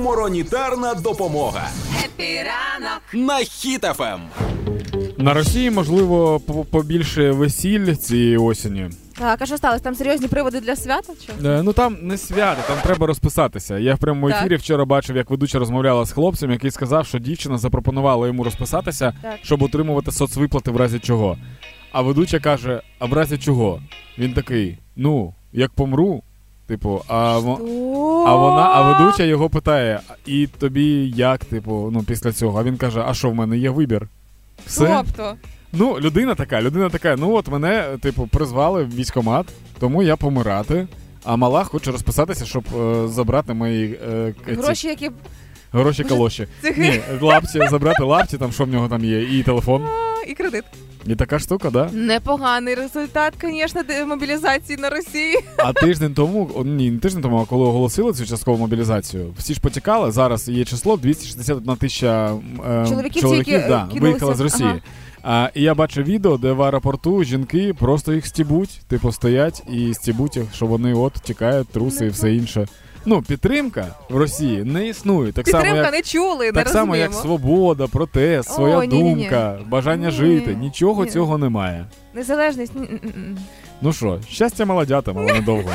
Гуморонітарна допомога Епіранок. на Ем. хітафем. На Росії можливо по- побільше весіль цієї осені. Так, а що сталося? Там серйозні приводи для свята? Чи? Е, Ну там не свято, там треба розписатися. Я в прямому Так. ефірі вчора бачив, як ведуча розмовляла з хлопцем, який сказав, що дівчина запропонувала йому розписатися, Так. щоб отримувати соцвиплати в разі чого. А ведуча каже: А в разі чого? Він такий: Ну, як помру, типу, а, во- а вона, а ведуча його питає: І тобі як, типу, ну після цього? А він каже: А що в мене є вибір? Все? Тобто, Ну, людина така, людина така. Ну от мене, типу, призвали в військкомат, тому я помирати. А мала хоче розписатися, щоб е, забрати мої е, к- ці- гроші, які гроші калоші. цих Ні, лапці, забрати лапці, там що в нього там є, і телефон. і кредит. І така штука, да? Непоганий результат, звісно, мобілізації на Росії. А тиждень тому, о, ні, не тиждень тому, а коли оголосили цю часткову мобілізацію, всі ж потікали. Зараз є число 261 тисяча е, Чоловіків, чоловіків які, е, да, кинулися. виїхали з Росії. Ага. А, і я бачу відео, де в аеропорту жінки просто їх стібуть, типу стоять і стібуть їх, що вони от тікають, труси і все інше. Ну, підтримка в Росії не існує. Так само, Підтримка як не чули, не так само, як розуміємо. свобода, протест, О, своя ні-ні-ні. думка, бажання Ні. жити. Нічого Ні. цього немає. Незалежність. ні, ні, ні. Ну що, щастя молодятам, але недовго.